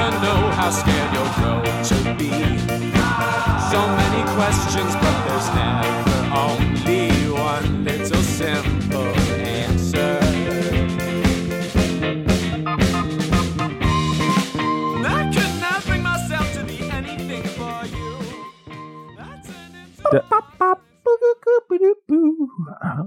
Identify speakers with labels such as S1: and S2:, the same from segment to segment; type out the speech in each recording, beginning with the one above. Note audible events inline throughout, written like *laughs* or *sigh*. S1: how scared you'll grow to be. So many questions, but there's never only one little simple answer. And I could not bring myself to be anything for you. That's an
S2: Da-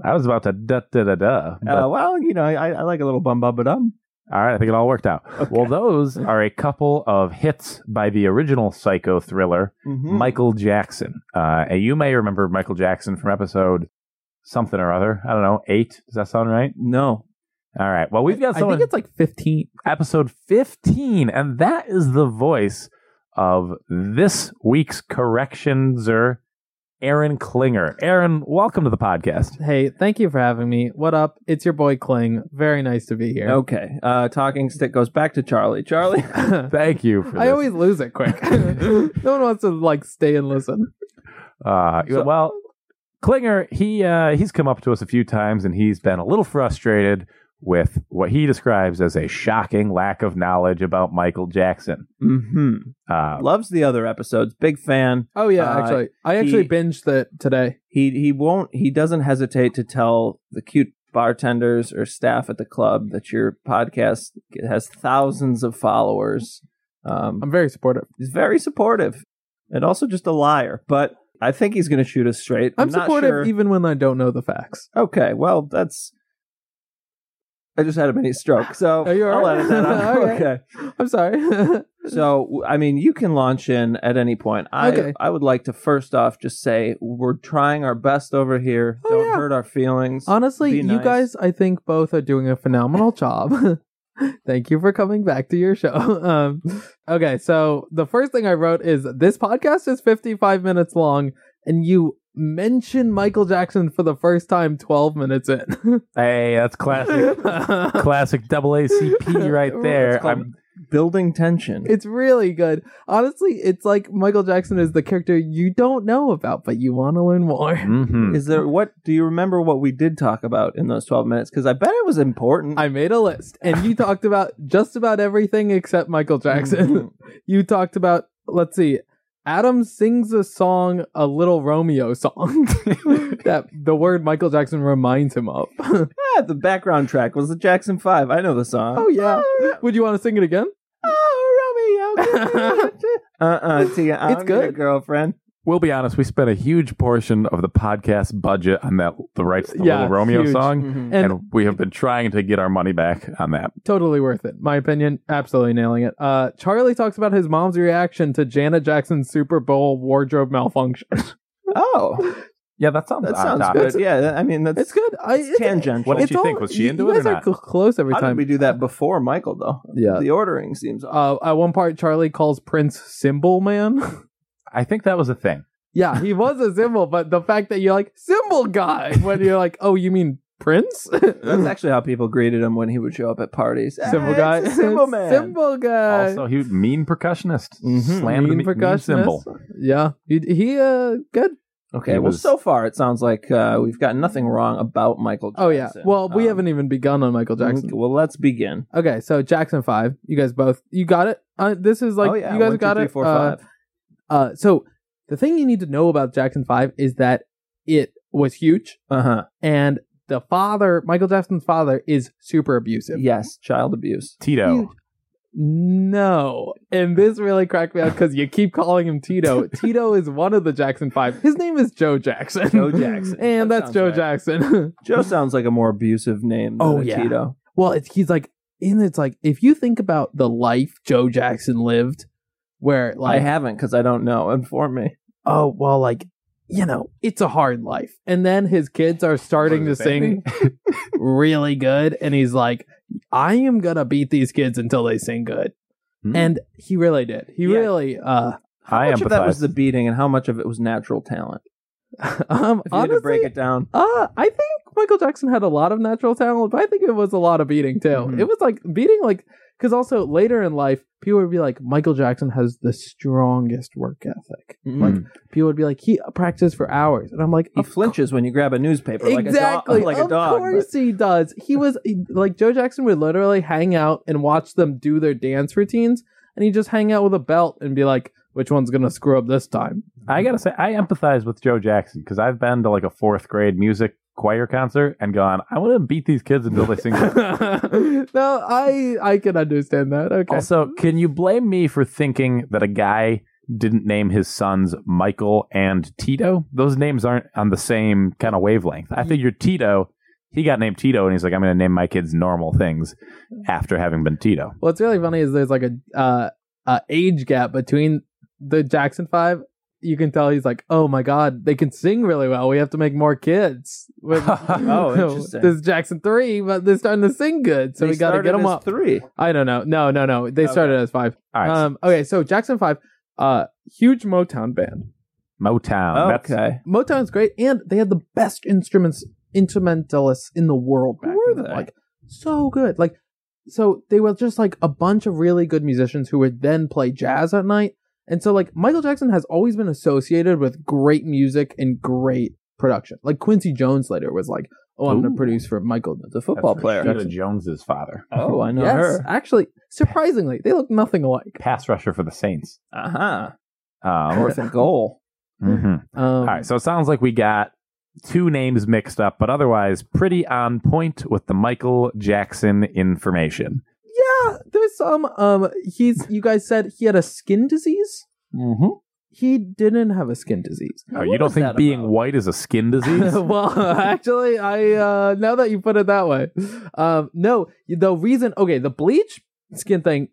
S2: I was about to da da da da. but-
S3: Uh, well, you know, I, I like a little bum bum ba dum.
S2: all right, I think it all worked out. Well, those are a couple of hits by the original psycho thriller,
S3: Mhm.
S2: Michael Jackson. Uh, and you may remember Michael Jackson from episode something or other. I don't know, eight. Does that sound right?
S3: No,
S2: All right. Well, we've got
S3: I think
S2: someone
S3: it's like fifteen.
S2: episode 15, and that is the voice of this week's correctionzer, Aaron Klinger. Aaron, welcome to the podcast.
S4: Hey, thank you for having me. What up? It's your boy Kling. Very nice to
S3: *laughs*
S4: be *laughs* here.
S3: Okay, uh, talking stick goes back to Charlie.
S2: *laughs*
S3: Charlie,
S2: Thank you for this.
S4: I always lose it
S3: *laughs*
S4: quick. no one wants to like stay and listen.
S2: Uh,
S3: So-
S2: well, Klinger, he uh, he's come up to us a few times, and he's been a little frustrated with what he describes as a shocking lack of knowledge about Michael Jackson.
S3: hmm
S2: Uh,
S3: loves the other episodes. Big fan.
S4: Oh yeah,
S3: Uh,
S4: actually, I actually
S3: he-
S4: binged that today.
S3: He he won't. He doesn't hesitate to tell the cute bartenders or staff at the club that your podcast has thousands of followers. Um,
S4: I'm very supportive.
S3: He's very supportive and also just a liar, but I think he's going to shoot us straight.
S4: I'm,
S3: not
S4: supportive
S3: sure.
S4: even when I don't know the facts.
S3: okay, well, that's. I just had a mini stroke, so
S4: Are you all
S3: I'll
S4: right?
S3: edit that
S4: *laughs*
S3: out.
S4: Okay. I'm sorry. *laughs*
S3: So, w- I mean, you can launch in at any point. I
S4: Okay.
S3: I would like to first off just say we're trying our best over here.
S4: Oh,
S3: Don't
S4: yeah.
S3: hurt our feelings.
S4: Honestly,
S3: Be
S4: you
S3: nice.
S4: guys, I think both are doing
S3: *laughs*
S4: a phenomenal job. *laughs* Thank you for coming back to your show. *laughs* Um, okay, so the first thing I wrote is this podcast is 55 minutes long, and you mention Michael Jackson for the first time 12 minutes in. *laughs*
S2: hey,
S3: *laughs*
S2: that's classic, classic AACP right
S3: It's
S2: there.
S3: called
S2: I'm
S3: building tension.
S4: it's really good. Honestly, it's like Michael Jackson is the character you don't know about, but you want to learn more. *laughs*
S2: Mhm.
S3: Is there what do you remember what we did talk about in those 12 minutes cuz I bet it was important.
S4: I made a list, and you talked about just about everything except
S3: *laughs*
S4: Michael Jackson. you talked about let's see adam sings a song a little romeo song *laughs* that the word michael jackson reminds
S2: *laughs*
S4: him of
S3: Yeah, *laughs* the background track was the Jackson 5. I know the song.
S4: oh yeah would you want to sing it again
S3: Oh,
S4: *laughs*
S3: Romeo. uh-uh, Tia, I don't
S4: It's
S3: need a
S4: good.
S3: girlfriend.
S2: We'll be honest, we spent a huge portion of the podcast budget on that the rights to the
S4: Yeah,
S2: Little Romeo
S4: huge.
S2: song.
S3: Mhm.
S4: and
S2: And, we have been trying to get our money back on that.
S4: totally worth it my opinion absolutely nailing it uh charlie talks about his mom's reaction to janet jackson's super bowl wardrobe malfunction *laughs*
S3: Oh,
S2: Yeah, that sounds
S3: that
S2: on
S3: sounds
S2: top.
S3: good. Yeah, I mean that's
S4: it's good i
S3: it's tangential.
S2: What did she think? Was she into it
S4: you guys
S2: or
S4: are
S2: not?
S4: cl- close every
S3: How did
S4: time
S3: we do that before Michael though?
S4: yeah
S3: The ordering seems off.
S4: uh, at one part, Charlie calls Prince Symbol Man.
S2: I think that was a thing.
S4: Yeah, he was a symbol, but the fact that you're like symbol guy when you're like, oh, you mean Prince? *laughs*
S3: That's actually how people greeted him when he would show up at parties.
S4: symbol
S3: Hey,
S4: guy,
S3: it's a mm. *laughs* symbol man.
S4: symbol guy.
S2: also, he mean percussionist.
S3: Mhm.
S2: Slammed
S4: Mean
S2: the me- Mm-hmm, mean
S4: percussionist.
S2: symbol.
S4: yeah, he, he uh, good.
S3: Okay,
S2: He
S3: well,
S2: was-
S3: so far it sounds like uh, we've got nothing wrong about Michael. Jackson.
S4: Oh yeah. Well, we
S3: Um,
S4: haven't even begun on Michael Jackson.
S3: mm, Well, let's begin.
S4: Okay, so Jackson Five, you guys both, you got it. Uh, this is like
S3: oh yeah,
S4: you guys
S3: one, two,
S4: got
S3: three,
S4: it.
S3: four,
S4: Uh,
S3: five.
S4: uh, so the thing you need to know about Jackson Five is that it was huge,
S3: Uh-huh.
S4: and the father, Michael Jackson's father, is super abusive.
S3: Yes, child
S4: *laughs*
S3: abuse.
S2: Tito.
S4: Huge. No. And this really cracked me up because you keep calling
S3: *laughs*
S4: him Tito. Tito is one of the Jackson Five. His name is Joe Jackson.
S3: Joe Jackson.
S4: *laughs* and
S3: That
S4: that's
S3: sounds
S4: Joe
S3: right.
S4: Jackson. *laughs*
S3: Joe sounds like a more abusive name. Than
S4: Mm-hmm. Oh,
S3: a
S4: yeah.
S3: Tito.
S4: well, it's, he's like, and it's like, if you think about the life Joe Jackson lived, where
S3: I
S4: like,
S3: haven't because I don't know. Inform me.
S4: oh, well, like, you know, it's a hard life. And then his kids are starting to
S2: What does that
S4: sing *laughs* really good. And he's like, I am going to beat these kids until they sing good.
S2: Hmm.
S4: And he really did. He
S3: Yeah.
S4: really, uh,
S3: How
S2: I
S3: much of that was
S2: empathize.
S3: the beating, and how much of it was natural talent?
S4: um,
S3: If you had
S4: honestly,
S3: to break it down,
S4: Uh, I think Michael Jackson had a lot of natural talent, but I think it was a lot of beating too.
S3: Mhm.
S4: It was like beating, like, because also later in life, people would be like, Michael Jackson has the strongest work ethic.
S3: Mhm.
S4: Like, people would be like, he practiced for hours. And I'm like,
S3: he
S4: "Of
S3: flinches when you grab a newspaper, like a
S4: exactly.
S3: dog. *laughs* Like
S4: of
S3: a dog. but-
S4: course he does. He was he- like Joe Jackson would literally hang out and watch them do their dance routines, and you just hang out with a belt and be like, which one's gonna screw up this time? *laughs*
S2: I gotta say, I empathize with Joe Jackson because I've been to like a fourth grade music choir concert and gone, I want to beat these kids until they *laughs* sing. good."
S4: no, I I can understand that. Okay.
S2: also, can you blame me for thinking that a guy didn't name his sons Michael and Tito? Those names aren't on the same kind of wavelength. I figured Tito, he got named Tito, and he's like, I'm gonna name my kids normal things after having been Tito.
S4: What's really funny is there's like a uh, uh, age gap between the Jackson Five. You can tell he's like, oh my god, they can sing really well. We have to make more
S3: *laughs*
S4: kids. With-
S2: Oh,
S3: interesting.
S4: This is Jackson Three, but they're starting to sing good, so
S3: They
S4: we got to
S3: started
S4: get them
S3: as
S4: up.
S3: Three.
S4: I don't know. No, no, no. They
S3: Okay.
S4: started as five.
S2: All right,
S4: Um, okay, so Jackson Five, uh, huge Motown band.
S3: oh, Uh,
S2: Motown. That's-
S3: okay.
S4: Motown's great, and they had the best instruments instrumentalists in the world back
S3: Were
S4: then.
S3: they?
S4: Like so good. Like so they were just like a bunch of really good musicians who would then play jazz at night. And so like Michael Jackson has always been associated with great music and great production. Like Quincy Jones later was like, "Oh, I'm going
S2: Ooh.
S4: to produce for Michael the football
S2: that's
S4: player."
S2: Rashida Jones's father.
S3: Oh, I know
S4: yes,
S3: her.
S4: actually, surprisingly, they look nothing alike.
S2: Pass rusher for the Saints.
S3: Uh huh.
S2: Um,
S3: Fourth and *laughs* goal.
S2: mhm.
S4: Um,
S2: All right, so it sounds like we got two names mixed up, but otherwise pretty on point with the Michael Jackson information.
S4: Yeah, there's some. Um, he's. You guys said he had a skin disease.
S3: Mm-hmm.
S4: He didn't have a skin disease.
S2: Oh, you don't think being white is a skin disease?
S4: *laughs* well, actually, I uh, now that you put it that way, um, no, the reason. Okay, the bleach skin thing.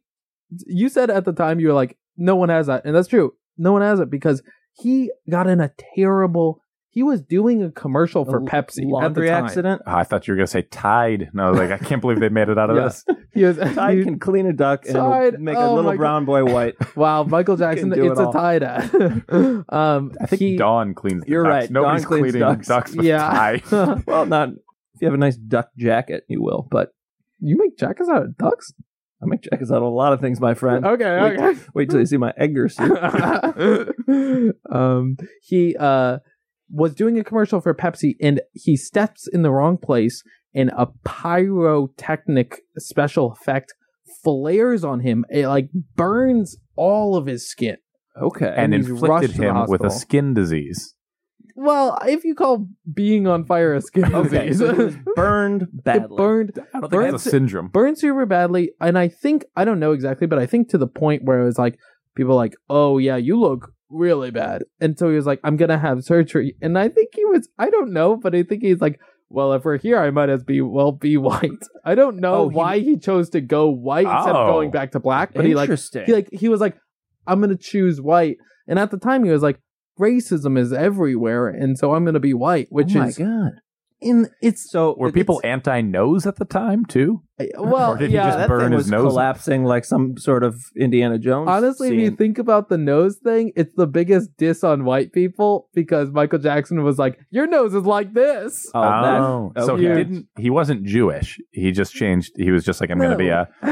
S4: You said at the time you were like, no one has that, and that's true. No one has it because he got in a terrible. He was doing a commercial for Pepsi at the
S3: laundry *laughs*
S4: time.
S3: accident.
S2: Oh, I thought you were going to say Tide. No, I was like, I can't believe they made it out of
S4: *laughs* Yeah.
S2: this.
S4: He was,
S3: I
S4: he-
S3: can clean a duck and it'll
S4: Side.
S3: make
S4: Oh
S3: a
S4: my
S3: little
S4: God.
S3: brown boy
S4: *laughs*
S3: white.
S4: wow, *laughs* Michael Jackson.
S3: do
S4: it's
S3: it
S4: a
S3: all.
S4: tie dye. *laughs* um,
S2: I think
S4: he,
S2: Dawn cleans the
S3: You're
S2: ducks.
S3: right, Dawn
S2: Nobody's
S3: cleans
S2: cleaning
S3: ducks.
S2: with
S4: *laughs* yeah.
S2: Tide.
S3: well, not if you have a nice duck jacket, you will. But
S4: You make jackets out of ducks?
S3: I make jackets out of a lot of things, my friend.
S4: Okay,
S3: Wait.
S4: okay.
S3: Wait till you see my Edgar
S4: *laughs*
S3: suit.
S4: um, he uh, was doing a commercial for Pepsi, and he steps in the wrong place, and a pyrotechnic special effect flares on him. It like burns all of his skin.
S3: Okay.
S2: and
S4: he's
S2: inflicted
S4: rushed to the
S2: him with a
S4: hospital.
S2: skin disease.
S4: Well, if you call being on fire a skin
S3: okay.
S4: disease,
S3: So he was
S4: *laughs* it
S3: burned badly.
S4: burned
S2: I don't think that's
S4: Burns-
S2: a syndrome.
S4: burned super badly and i think i don't know exactly but i think to the point where it was like people like oh yeah you look really bad and so he was like i'm gonna have surgery and i think he was i don't know but i think he's like well if we're here i might as be well be white i don't know
S3: Oh, he-
S4: why he chose to go white instead of
S2: Oh.
S4: going back to black but he like
S3: Interesting.
S4: he like he was like i'm gonna choose white and at the time he was like racism is everywhere and so i'm gonna be white which
S3: oh my
S4: is
S3: god.
S4: in it's
S3: So
S2: Were
S3: it's-
S2: people anti nose at the time, too?
S4: well
S2: Or did he
S4: yeah
S2: just
S3: Ah, that
S2: burn
S3: thing
S2: his
S3: was
S2: nose?
S3: collapsing like some sort of Indiana Jones.
S4: Honestly, if you
S3: scene.
S4: think about the nose thing, it's the biggest diss on white people because Michael Jackson was like, "Your nose is
S3: *laughs*
S4: like this."
S3: oh, that-
S2: So he
S4: okay.
S2: didn't. He wasn't Jewish. He just changed. He was just like, I'm going to be a, a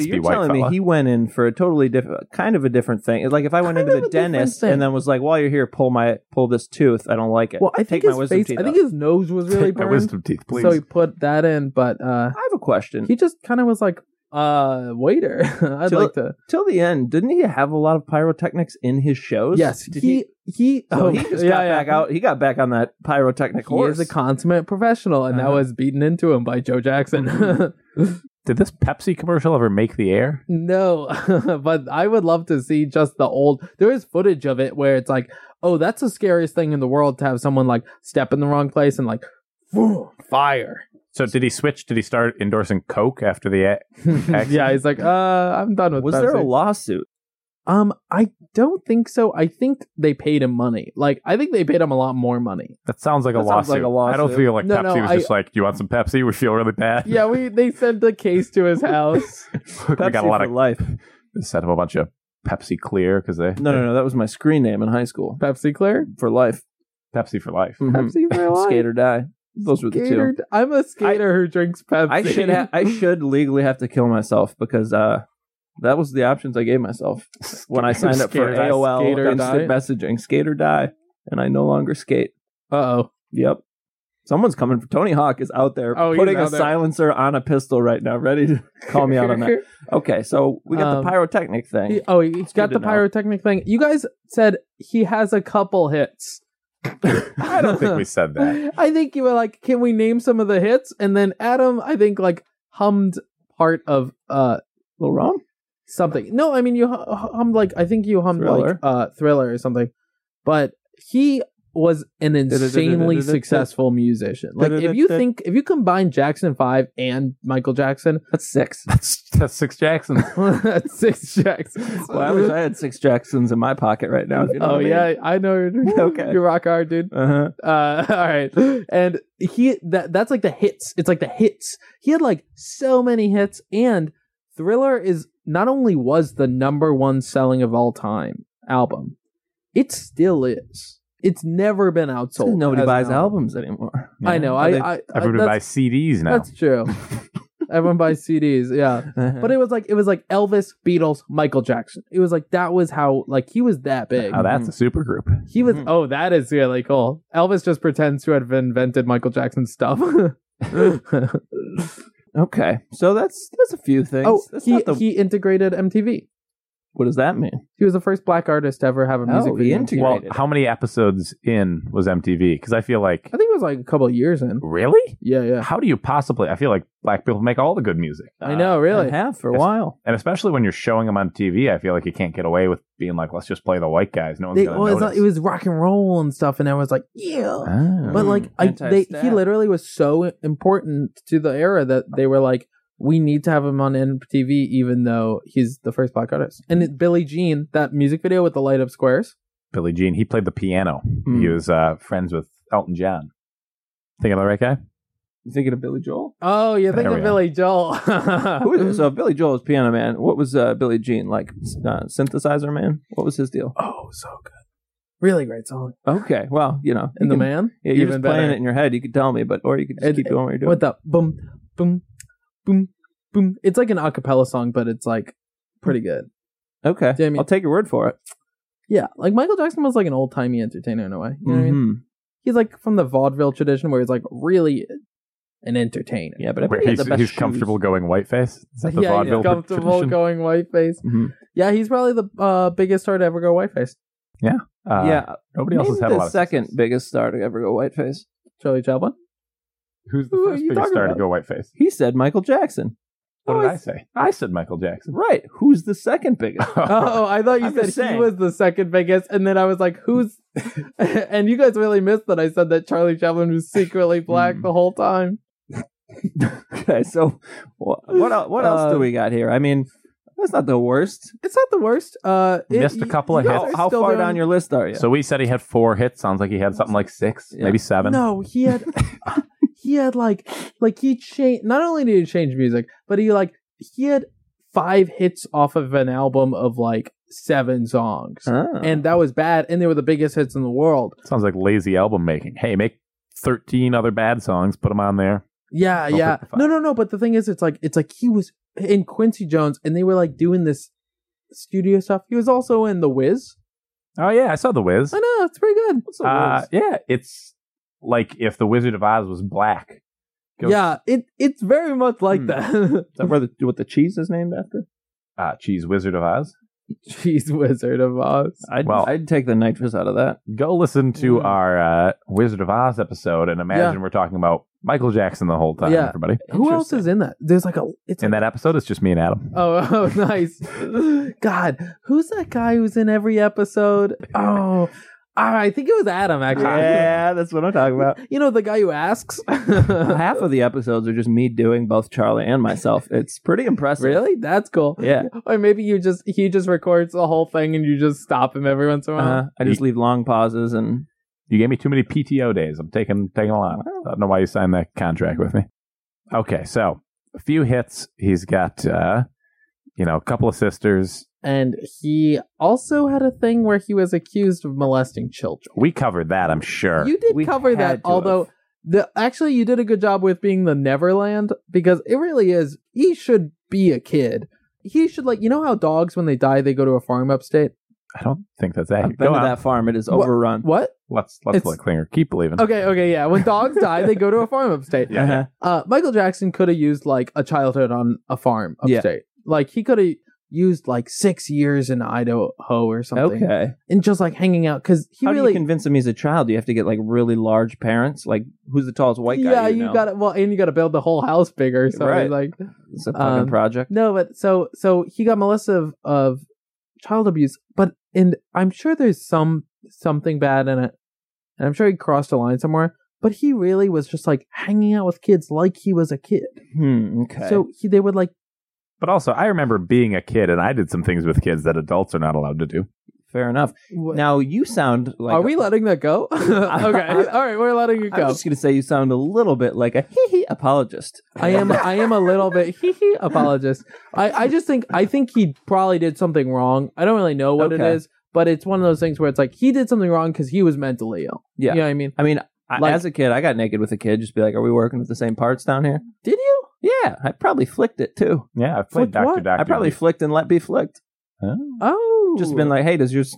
S3: *laughs* so you're
S2: white
S3: telling
S2: fella. *laughs*
S3: me he went in for a totally different, kind of a different thing. It's like if I went
S4: Kind
S3: into
S4: of
S3: the
S4: a different
S3: dentist
S4: thing.
S3: and then was like, "While you're here, pull my pull this tooth. I don't like it."
S4: *laughs* well, I
S3: Take
S4: think
S3: my
S4: his
S3: wisdom
S4: face.
S3: teeth
S4: I think
S3: out.
S4: his nose was
S3: *laughs*
S4: really
S2: My
S4: burned,
S2: wisdom teeth, please.
S4: so he put that in. But uh,
S3: I have a question.
S4: he just kind of was like, "Uh, waiter, *laughs* I'd
S3: So-
S4: like to."
S3: Till the end, didn't he have a lot of pyrotechnics in his shows?
S4: Yes,
S3: Did
S4: he he. oh,
S3: So he just got back out. He got back on that pyrotechnic
S4: He
S3: horse.
S4: is a consummate professional, and that
S3: Uh-huh.
S4: was beaten into him by
S3: *laughs*
S4: Joe Jackson.
S2: Did this Pepsi commercial ever make the air?
S4: No, *laughs* but I would love to see just the old. There is footage of it where it's like, oh, that's the scariest thing in the world to have someone like step in the wrong place and like, boom, fire. *laughs*
S2: So did he switch? Did he start endorsing Coke after the ad?
S4: yeah, he's like, uh, I'm done with.
S3: was there a
S4: Pepsi."
S3: lawsuit?
S4: Um, I don't think so. I think they paid him money. Like, I think they paid him a lot more money.
S2: That sounds like a
S3: That sounds
S2: lawsuit.
S3: like a
S2: I don't
S3: lawsuit.
S2: feel like
S4: No,
S2: Pepsi
S4: no,
S2: was
S4: I-
S2: just like, "You want some Pepsi? We feel really bad. *laughs*
S4: Yeah, we they sent the case to his house.
S2: we got
S3: Pepsi
S2: a lot
S3: for
S2: of
S3: life.
S2: set up a bunch of Pepsi Clear because they
S3: No, no, no. That was my screen name in high school.
S4: *laughs* Pepsi Clear,
S3: For life.
S2: Pepsi for life.
S3: Mhm.
S4: Pepsi *laughs* for life.
S3: Skate or die. Those were the two.
S4: Skater- I'm a skater who drinks Pepsi.
S3: I should ha- I should legally have to kill myself because uh, that was the options I gave myself when I signed up for
S4: Skate or die,
S3: AOL
S4: skate or
S3: instant
S4: die.
S3: messaging. Skate or die, and I no longer skate.
S4: Uh oh.
S3: Yep, Someone's coming for Tony Hawk is out there
S4: Oh, he's
S3: putting
S4: out
S3: a
S4: there.
S3: silencer on a pistol right now, ready to *laughs* call me out on
S4: *laughs*
S3: that. Okay, so we got
S4: Um,
S3: the pyrotechnic thing.
S4: He- oh, he's got
S3: good
S4: the
S3: to know.
S4: pyrotechnic thing. You guys said he has a couple hits.
S2: *laughs* I don't think we
S3: *laughs*
S2: said that.
S4: I think you were like, can we name some of the hits? And then Adam, I think, like hummed part of uh
S3: Little Rum?
S4: something. No, I mean you hum- hummed like I think you hummed like
S3: Thriller.
S4: uh thriller or something. But he was
S3: *laughs*
S4: an insanely successful musician. Like if you think if you combine Jackson Five and Michael Jackson, *laughs*
S3: That's six.
S2: That's, that's six Jacksons.
S4: that's six Jacksons.
S3: Well, I wish
S4: *laughs*
S3: I had six Jacksons in my pocket right now. if you know
S4: oh
S3: what I mean.
S4: yeah, I know
S3: *laughs*
S4: you're
S3: Okay.
S4: You rock hard, dude.
S3: Uh-huh.
S4: Uh, *laughs* all right, and he that that's like the hits. It's like the hits. He had like so many hits, and Thriller is not only was the number one selling of all time album, it still is. It's never been
S3: So
S4: outsold.
S3: nobody
S4: as an
S3: buys
S4: album.
S3: albums anymore.
S4: I know. I, I, I
S2: Everybody
S4: that's,
S2: buys CDs now.
S4: that's true. Everyone buys CDs. Yeah. *laughs* But it was like it was like Elvis, Beatles, Michael Jackson. It was like that was how like he was that big.
S2: Oh,
S3: Mm-hmm.
S2: that's a super group.
S4: He was.
S3: Mhm.
S4: Oh, that is really cool. Elvis just pretends to have invented Michael Jackson stuff. *laughs*
S3: *laughs* okay, so that's that's a few things.
S4: oh,
S3: That's
S4: he
S3: not the-
S4: he integrated MTV.
S3: what does that mean?
S4: He was the first black artist to ever have a music
S3: Oh, he
S4: video.
S3: integrated.
S2: Well, how many episodes in was MTV? Because I feel like
S4: I think it was like a couple of years in.
S2: really,
S4: Yeah, yeah.
S2: how do you possibly? I feel like black people make all the good music,
S4: I know, really.
S3: Uh, I have for a
S2: Yes.
S3: while.
S2: and especially when you're showing them on TV, I feel like you can't get away with being like, let's just play the white guys. No one's
S4: They,
S2: gonna
S4: well, it's
S2: notice.
S4: not- it was rock and roll and stuff, and I was like, yeah.
S3: Ah.
S2: Oh.
S4: But like, I, they, he
S3: Anti-stat.
S4: literally was so important to the era that they were like, we need to have him on MTV, even though he's the first black artist. And it, Billie Jean, that music video with the light up squares.
S2: Billie Jean, he played the piano.
S3: Mm.
S2: He was uh, friends with Elton John. Think I'm the right guy?
S3: You thinking of Billy Joel?
S4: Oh, you think
S2: There
S4: of
S2: we are.
S4: Billy Joel.
S3: Who
S4: Mm-hmm. *laughs*
S3: is, so Billy Joel is piano man. What was uh, Billy Jean like? s- Uh, synthesizer man. What was his deal?
S4: Oh, so good. Really great song.
S3: Okay, well you know,
S4: And
S3: you
S4: the
S3: can-
S4: man?
S3: Yeah, you're just
S4: Even
S3: playing
S4: better.
S3: it in your head. You could tell me, but or you could just
S4: It-
S3: keep doing what you're doing.
S4: What the boom, boom, boom, boom. It's like an a cappella song, but it's like pretty good.
S3: okay,
S4: Jamie-
S3: I'll take your word for it.
S4: Yeah. Like Michael Jackson was like an old timey entertainer in a way. You know what I mean?
S3: Mhm.
S4: He's like from the vaudeville tradition where he's like really an entertainer.
S3: Yeah, but I
S2: Where
S3: think he had
S2: he's
S3: the best
S2: he's
S3: shoes.
S2: comfortable going whiteface. Is that the
S4: yeah, he's
S2: vaudeville
S4: comfortable
S2: tradition?
S4: going whiteface.
S3: Mhm.
S4: Yeah, he's probably the uh, biggest star to ever go whiteface.
S2: Uh,
S3: yeah,
S2: Nobody else
S3: maybe
S2: has had
S3: the
S2: a lot of
S3: second
S2: success.
S3: biggest star to ever go whiteface.
S4: Charlie Chaplin.
S2: Who's the
S3: Who are
S2: first
S3: you
S2: biggest
S3: talking
S2: star to
S3: about?
S2: go whiteface?
S3: He said Michael Jackson.
S2: What
S3: Oh,
S2: did I
S3: I-
S2: say? I said Michael Jackson.
S3: Right. Who's the second biggest?
S4: Oh, I thought you
S3: I'm
S4: said he
S3: just saying.
S4: was the second biggest, and then I was like, "Who's?" and you guys really missed that I said that Charlie Chaplin was secretly black
S2: Hmm.
S4: the whole time.
S3: *laughs* okay, so wha- what el- what else
S4: Uh,
S3: do we got here? I mean, that's not the worst.
S4: It's not the worst. Uh, it-
S2: Missed a
S4: y-
S2: couple
S4: you
S2: of
S4: guys
S2: hits.
S4: are
S3: How
S4: still
S3: far
S4: doing-
S3: down your list are you?
S2: So we said he had four hits. Sounds like he had something like six,
S3: Yeah.
S2: maybe seven.
S4: No, he had he had like like he changed. Not only did he change music, but he like he had five hits off of an album of like seven songs,
S3: Ah.
S4: and that was bad. And they were the biggest hits in the world.
S2: Sounds like lazy album making. Hey, make 13 other bad songs, put them on there.
S4: Yeah,
S2: Don't
S4: yeah.
S2: pick the
S4: No,
S2: five.
S4: no, no. But the thing is, it's like it's like he was in Quincy Jones, and they were like doing this studio stuff. He was also in The Wiz.
S2: Oh, yeah, I saw The Wiz.
S4: I know it's pretty good.
S3: What's the
S2: Uh,
S3: worst?
S2: yeah, it's like if The Wizard of Oz was black. Goes-
S4: Yeah, it it's very much like
S3: Hmm.
S4: that. *laughs*
S3: Is that where the what the cheese is named after?
S2: Ah, geez, Wizard of Oz.
S4: Jeez, Wizard of Oz.
S3: I'd,
S2: Well-
S3: I'd take the nitrous out of that.
S2: Go listen to
S4: Mm.
S2: our uh, Wizard of Oz episode and imagine we're talking about Michael Jackson the whole time,
S4: Yeah.
S2: everybody.
S4: Who else is in that? There's like a it's
S2: In
S4: like,
S2: that episode, it's just me and Adam.
S4: oh *laughs* oh nice. God, who's that guy who's in every
S3: *laughs*
S4: episode? Oh, I think it was Adam actually.
S3: Yeah, that's what I'm talking *laughs* about.
S4: You know the guy who asks. *laughs*
S3: Half of the episodes are just me doing both Charlie and myself. It's pretty impressive.
S4: really? That's cool.
S3: Yeah.
S4: Or maybe you just he just records the whole thing and you just stop him every once in a while.
S2: Uh-huh.
S3: Uh, I just leave long pauses and
S2: You gave me too many PTO days. I'm taking taking a lot. I don't know why you signed that contract with me. Okay, so a few hits. He's got uh, you know, a couple of sisters.
S4: And he also had a thing where he was accused of molesting children.
S2: We covered that, I'm sure.
S4: You did
S3: We
S4: cover
S3: had
S4: that,
S3: to
S4: although
S3: have.
S4: the actually you did a good job with being the Neverland because it really is. He should be a kid. He should like you know how dogs when they die they go to a farm upstate.
S2: I don't think that's
S3: I've
S2: accurate.
S3: been
S2: Go
S3: to
S2: on.
S3: that farm. It is
S4: What-
S3: overrun.
S4: What?
S2: Let's let's
S4: It's-
S2: let Klinger keep believing.
S4: Okay, okay, yeah. When dogs die, they go to a farm
S2: *laughs*
S4: upstate.
S2: Yeah, yeah.
S3: Uh-huh.
S4: Uh, Michael Jackson could have used like a childhood on a farm
S3: Yeah.
S4: upstate. Like he could have used like six years in Idaho or something,
S3: Okay.
S4: and just like hanging out because he
S3: How do
S4: really
S3: you convince him he's a child? Do you have to get like really large parents? Like who's the tallest white guy?
S4: yeah,
S3: you,
S4: you
S3: know?
S4: got to Well, and you got to build the whole house bigger. So
S3: Right.
S4: like,
S3: It's a fucking
S4: um,
S3: project.
S4: no, but so so he got molested of, of child abuse, but and I'm sure there's some something bad in it, and I'm sure he crossed a line somewhere. But he really was just like hanging out with kids like he was a kid.
S3: Hmm, okay.
S4: So he, they would like,
S2: But also, I remember being a kid and I did some things with kids that adults are not allowed to do.
S3: fair enough.
S4: w-
S3: Now you sound like uh,
S4: are we letting that
S3: *laughs*
S4: go? okay, all right, we're letting it
S3: I
S4: go.
S3: was just gonna say you sound a little bit like a *laughs* hee hee apologist. *laughs*
S4: I am I am a little bit *laughs* hee hee apologist. I, I just think I think he probably did something wrong. I don't really know what
S3: Okay.
S4: it is, but it's one of those things where it's like he did something wrong because he was mentally ill.
S3: Yeah.
S4: You know what I mean?
S3: I mean, I,
S4: Like-
S3: as a kid, I got naked with a kid. Just be like, are we working with the same parts down here?
S4: Did you?
S3: Yeah, I probably flicked it too.
S2: Yeah, I've played
S4: Flicked what?
S2: Doctor Doctor.
S3: I probably flicked and let be flicked.
S4: Oh
S3: Just been like, hey, does yours?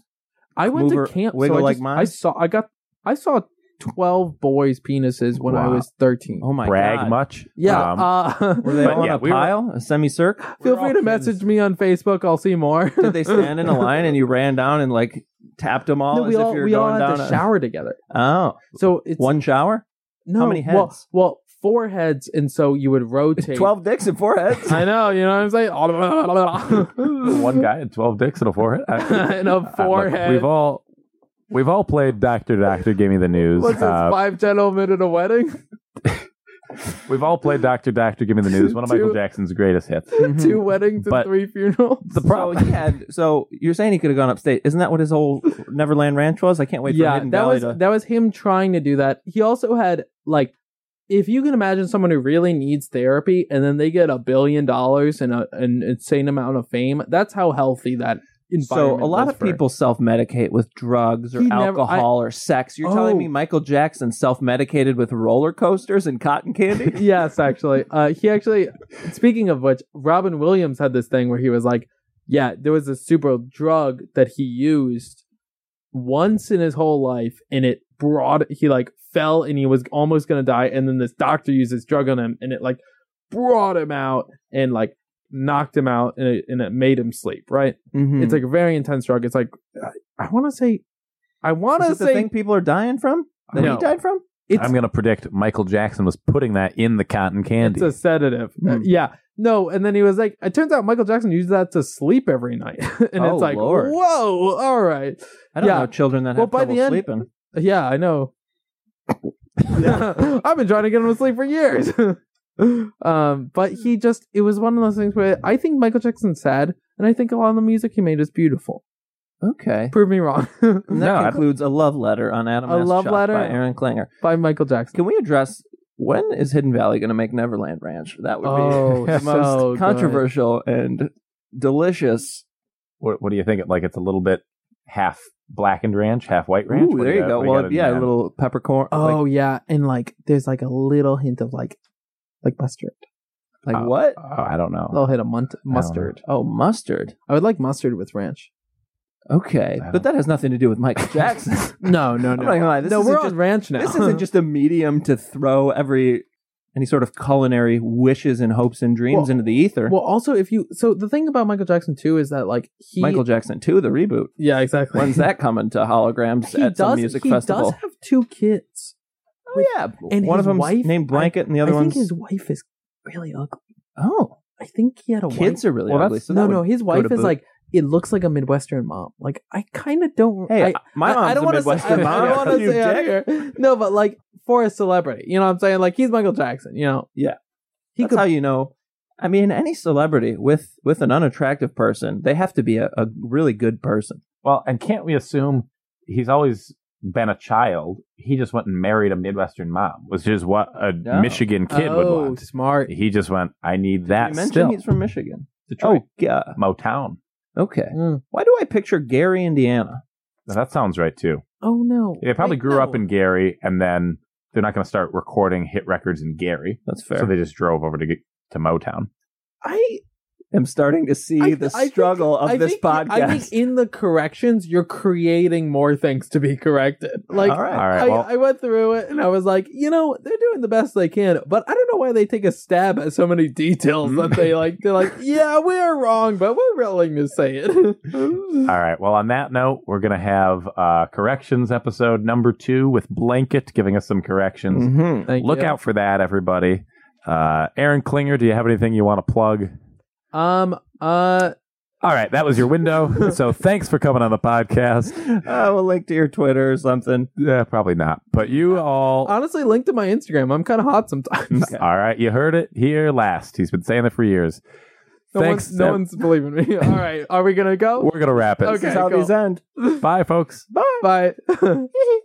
S4: I went to
S3: mover-
S4: camp so
S3: wiggle
S4: I,
S3: like
S4: just-
S3: mine?
S4: I saw I got I saw twelve boys' penises when I
S2: Wow.
S4: was thirteen.
S3: Oh my
S2: brag
S3: god!
S2: much.
S4: Yeah.
S2: Um,
S3: Were
S4: uh, *laughs*
S3: they
S2: But
S3: all
S2: yeah,
S3: in a
S2: we were-
S3: pile, a semicircle?
S4: feel free to message me on Facebook, I'll see more. *laughs*
S3: Did they stand
S2: *laughs*
S3: in a line and you ran down and like tapped them all
S4: no,
S3: as
S4: we
S3: if
S4: all
S3: you were
S4: we
S3: going
S4: all had
S3: down?
S4: to
S3: a-
S4: shower together.
S3: Oh,
S4: So it's
S3: one shower,
S4: no,
S3: many
S4: well-
S3: heads?
S4: Well, four heads, and so you would rotate.
S3: twelve dicks and four
S4: *laughs*
S3: heads.
S4: I know, you know what I'm saying?
S2: one guy had twelve dicks and a forehead. I-
S4: *laughs* and a
S2: I- Uh, look,
S4: forehead.
S2: we've all we've all played Doctor Doctor. Give me the news.
S4: What's this,
S2: Uh,
S4: five gentlemen at a wedding?
S2: we've all played Doctor Doctor. Give me the news. One of Michael
S4: Two-
S2: Jackson's greatest hits.
S4: Two weddings and
S2: But-
S4: three funerals?
S2: The
S3: So
S2: problem.
S3: he had. So you're saying he could have gone upstate? Isn't that what his whole Neverland Ranch was? I can't wait for
S4: yeah,
S3: Hidden
S4: that
S3: Valley
S4: was
S3: to.
S4: that was him trying to do that. He also had like if you can imagine someone who really needs therapy and then they get a billion dollars and a, an insane amount of fame, that's how healthy that
S3: so
S4: environment
S3: a lot
S4: was
S3: of
S4: for him.
S3: people self-medicate with drugs or
S4: He never-
S3: alcohol or sex. You're
S4: Oh.
S3: telling me Michael Jackson self-medicated with roller coasters and cotton
S4: *laughs*
S3: candy?
S4: yes, actually. Uh, he actually, speaking of which, Robin Williams had this thing where he was like, yeah, there was a super drug that he used once in his whole life, and it brought, he like fell and he was almost going to die. And then this doctor used this drug on him, and it like brought him out and like knocked him out, and it, and it made him sleep, right?
S3: Mhm.
S4: It's like a very intense drug. It's like, I, I want to say, I want
S3: Is
S4: to
S3: it the
S4: say,
S3: thing people are dying from that
S4: No.
S3: he died from?
S4: it's
S2: I'm going to predict Michael Jackson was putting that in the cotton candy.
S4: It's a sedative. Uh,
S3: Hmm.
S4: yeah. No, and then he was like, it turns out Michael Jackson used that to sleep every night. *laughs* and
S3: Oh,
S4: it's like,
S3: Lord.
S4: whoa, all right.
S3: I don't
S4: Yeah.
S3: know children that
S4: Well,
S3: have
S4: by
S3: trouble
S4: the end-
S3: sleeping.
S4: Yeah, I know. *laughs* I've been trying to get him to sleep for years. *laughs* um, but he just, it was one of those things where I think Michael Jackson's sad, and I think a lot of the music he made is beautiful.
S3: Okay.
S4: Prove me wrong. *laughs*
S3: And
S2: No, I
S3: that
S2: don't-
S3: concludes a love letter on Adam.
S4: A
S3: S.
S4: love
S3: Chuck
S4: letter?
S3: by Aaron Klinger.
S4: By Michael Jackson.
S3: Can we address when is Hidden Valley going to make Neverland Ranch? That would *laughs*
S4: Oh,
S3: be the most
S4: so good.
S3: controversial and delicious.
S2: what, what do you think? Like it's a little bit half blackened ranch, half white ranch.
S3: Ooh,
S2: What do
S3: there you go.
S2: what do
S3: Well,
S2: got in
S3: yeah, a
S2: that?
S3: little peppercorn.
S4: Oh, yeah. And like, there's like a little hint of like, like mustard.
S3: like, like
S2: uh,
S3: what?
S2: Oh, I don't know.
S4: A little hint of mun-
S2: know.
S4: mustard.
S3: Oh, mustard.
S4: I would like mustard with ranch.
S3: Okay,
S2: I
S3: but
S2: don't-
S3: that has nothing to do with
S4: *laughs*
S3: Michael Jackson.
S4: No,
S3: *laughs*
S4: no,
S3: I'm
S4: no.
S3: not gonna lie. This
S4: no,
S3: isn't
S4: we're
S3: just,
S4: on ranch now.
S3: this isn't
S4: *laughs*
S3: just a medium to throw every any sort of culinary wishes and hopes and dreams
S4: Well-
S3: into the ether.
S4: well, also if you so the thing about Michael Jackson too is that like he
S3: Michael Jackson too, the reboot.
S4: yeah exactly *laughs*
S3: When's that coming to holograms
S4: he
S3: at
S4: does
S3: some music
S4: he
S3: festival?
S4: does have two kids.
S3: oh yeah,
S4: and
S3: one of
S4: his
S3: them's
S4: wife-
S3: named Blanket, and the
S4: I
S3: other one's
S4: think his wife is really ugly.
S3: oh,
S4: I think he had a
S3: kids
S4: wife.
S3: are really
S2: Well,
S3: ugly.
S2: that's-
S3: So
S4: no,
S3: that
S4: no,
S3: would-
S4: his wife
S3: to
S4: is
S3: boot.
S4: like it looks like a Midwestern mom. Like I kind of don't.
S3: Hey,
S4: I,
S3: my mom's
S4: I, I don't
S3: a
S4: wanna
S3: Midwestern
S4: say, *laughs* I- I
S3: mom.
S4: don't wanna
S3: You
S4: say out
S3: dick.
S4: here. No, but like for a celebrity, you know what I'm saying? Like he's Michael Jackson. You know.
S3: Yeah.
S4: He
S3: That's
S4: could
S3: how you know. I mean, any celebrity with with an unattractive person, they have to be a, a really good person.
S2: Well, and can't we assume he's always been a child? He just went and married a Midwestern mom, which is what a
S3: No.
S2: Michigan kid would
S4: oh,
S2: want.
S4: smart.
S2: He just went, I need
S3: You
S2: that
S3: mentioned
S2: still.
S3: he's from Michigan.
S2: Detroit.
S3: Oh, yeah.
S2: Motown.
S3: Okay.
S4: Mm.
S3: Why do I picture Gary, Indiana?
S2: Now, that sounds right, too.
S4: Oh no.
S2: They probably
S4: Wait,
S2: grew
S4: no.
S2: up in Gary, and then they're not going to start recording hit records in Gary.
S3: That's fair.
S2: So they just drove over to get to Motown.
S3: I am starting to see
S4: I-
S3: the
S4: I think-
S3: struggle of
S4: I
S3: this
S4: think,
S3: podcast.
S4: I think in the corrections, you're creating more things to be corrected. Like,
S3: All right.
S2: All right.
S4: I,
S2: well,
S4: I went through it and I was like, you know, they're doing the best they can, but I don't know why they take a stab at so many details that they like.
S2: *laughs*
S4: They're like, yeah, we're wrong, but we're willing to say it.
S2: all right. Well, on that note, we're gonna have uh, corrections episode number two with Blanket giving us some corrections.
S3: Mhm.
S4: Thank
S2: Mm-hmm. Look
S4: you.
S2: out for that, everybody. Uh, Aaron Klinger, do you have anything you want to plug?
S4: Um. Uh.
S2: All right, that was your
S4: *laughs*
S2: window. so thanks for coming on the podcast.
S3: I will Uh, link to your Twitter or something.
S2: Yeah, probably not. But you all.
S4: Honestly, link to my Instagram. I'm kind of hot
S2: *laughs*
S4: sometimes.
S2: All right, you heard it here last. He's been saying it for years.
S4: No
S2: Thanks.
S4: One's, no one's believing me. *laughs* All right. Are we gonna go?
S2: We're gonna wrap it.
S4: Okay,
S3: This is how
S4: cool.
S3: these end.
S2: Bye, folks.
S4: Bye. *laughs*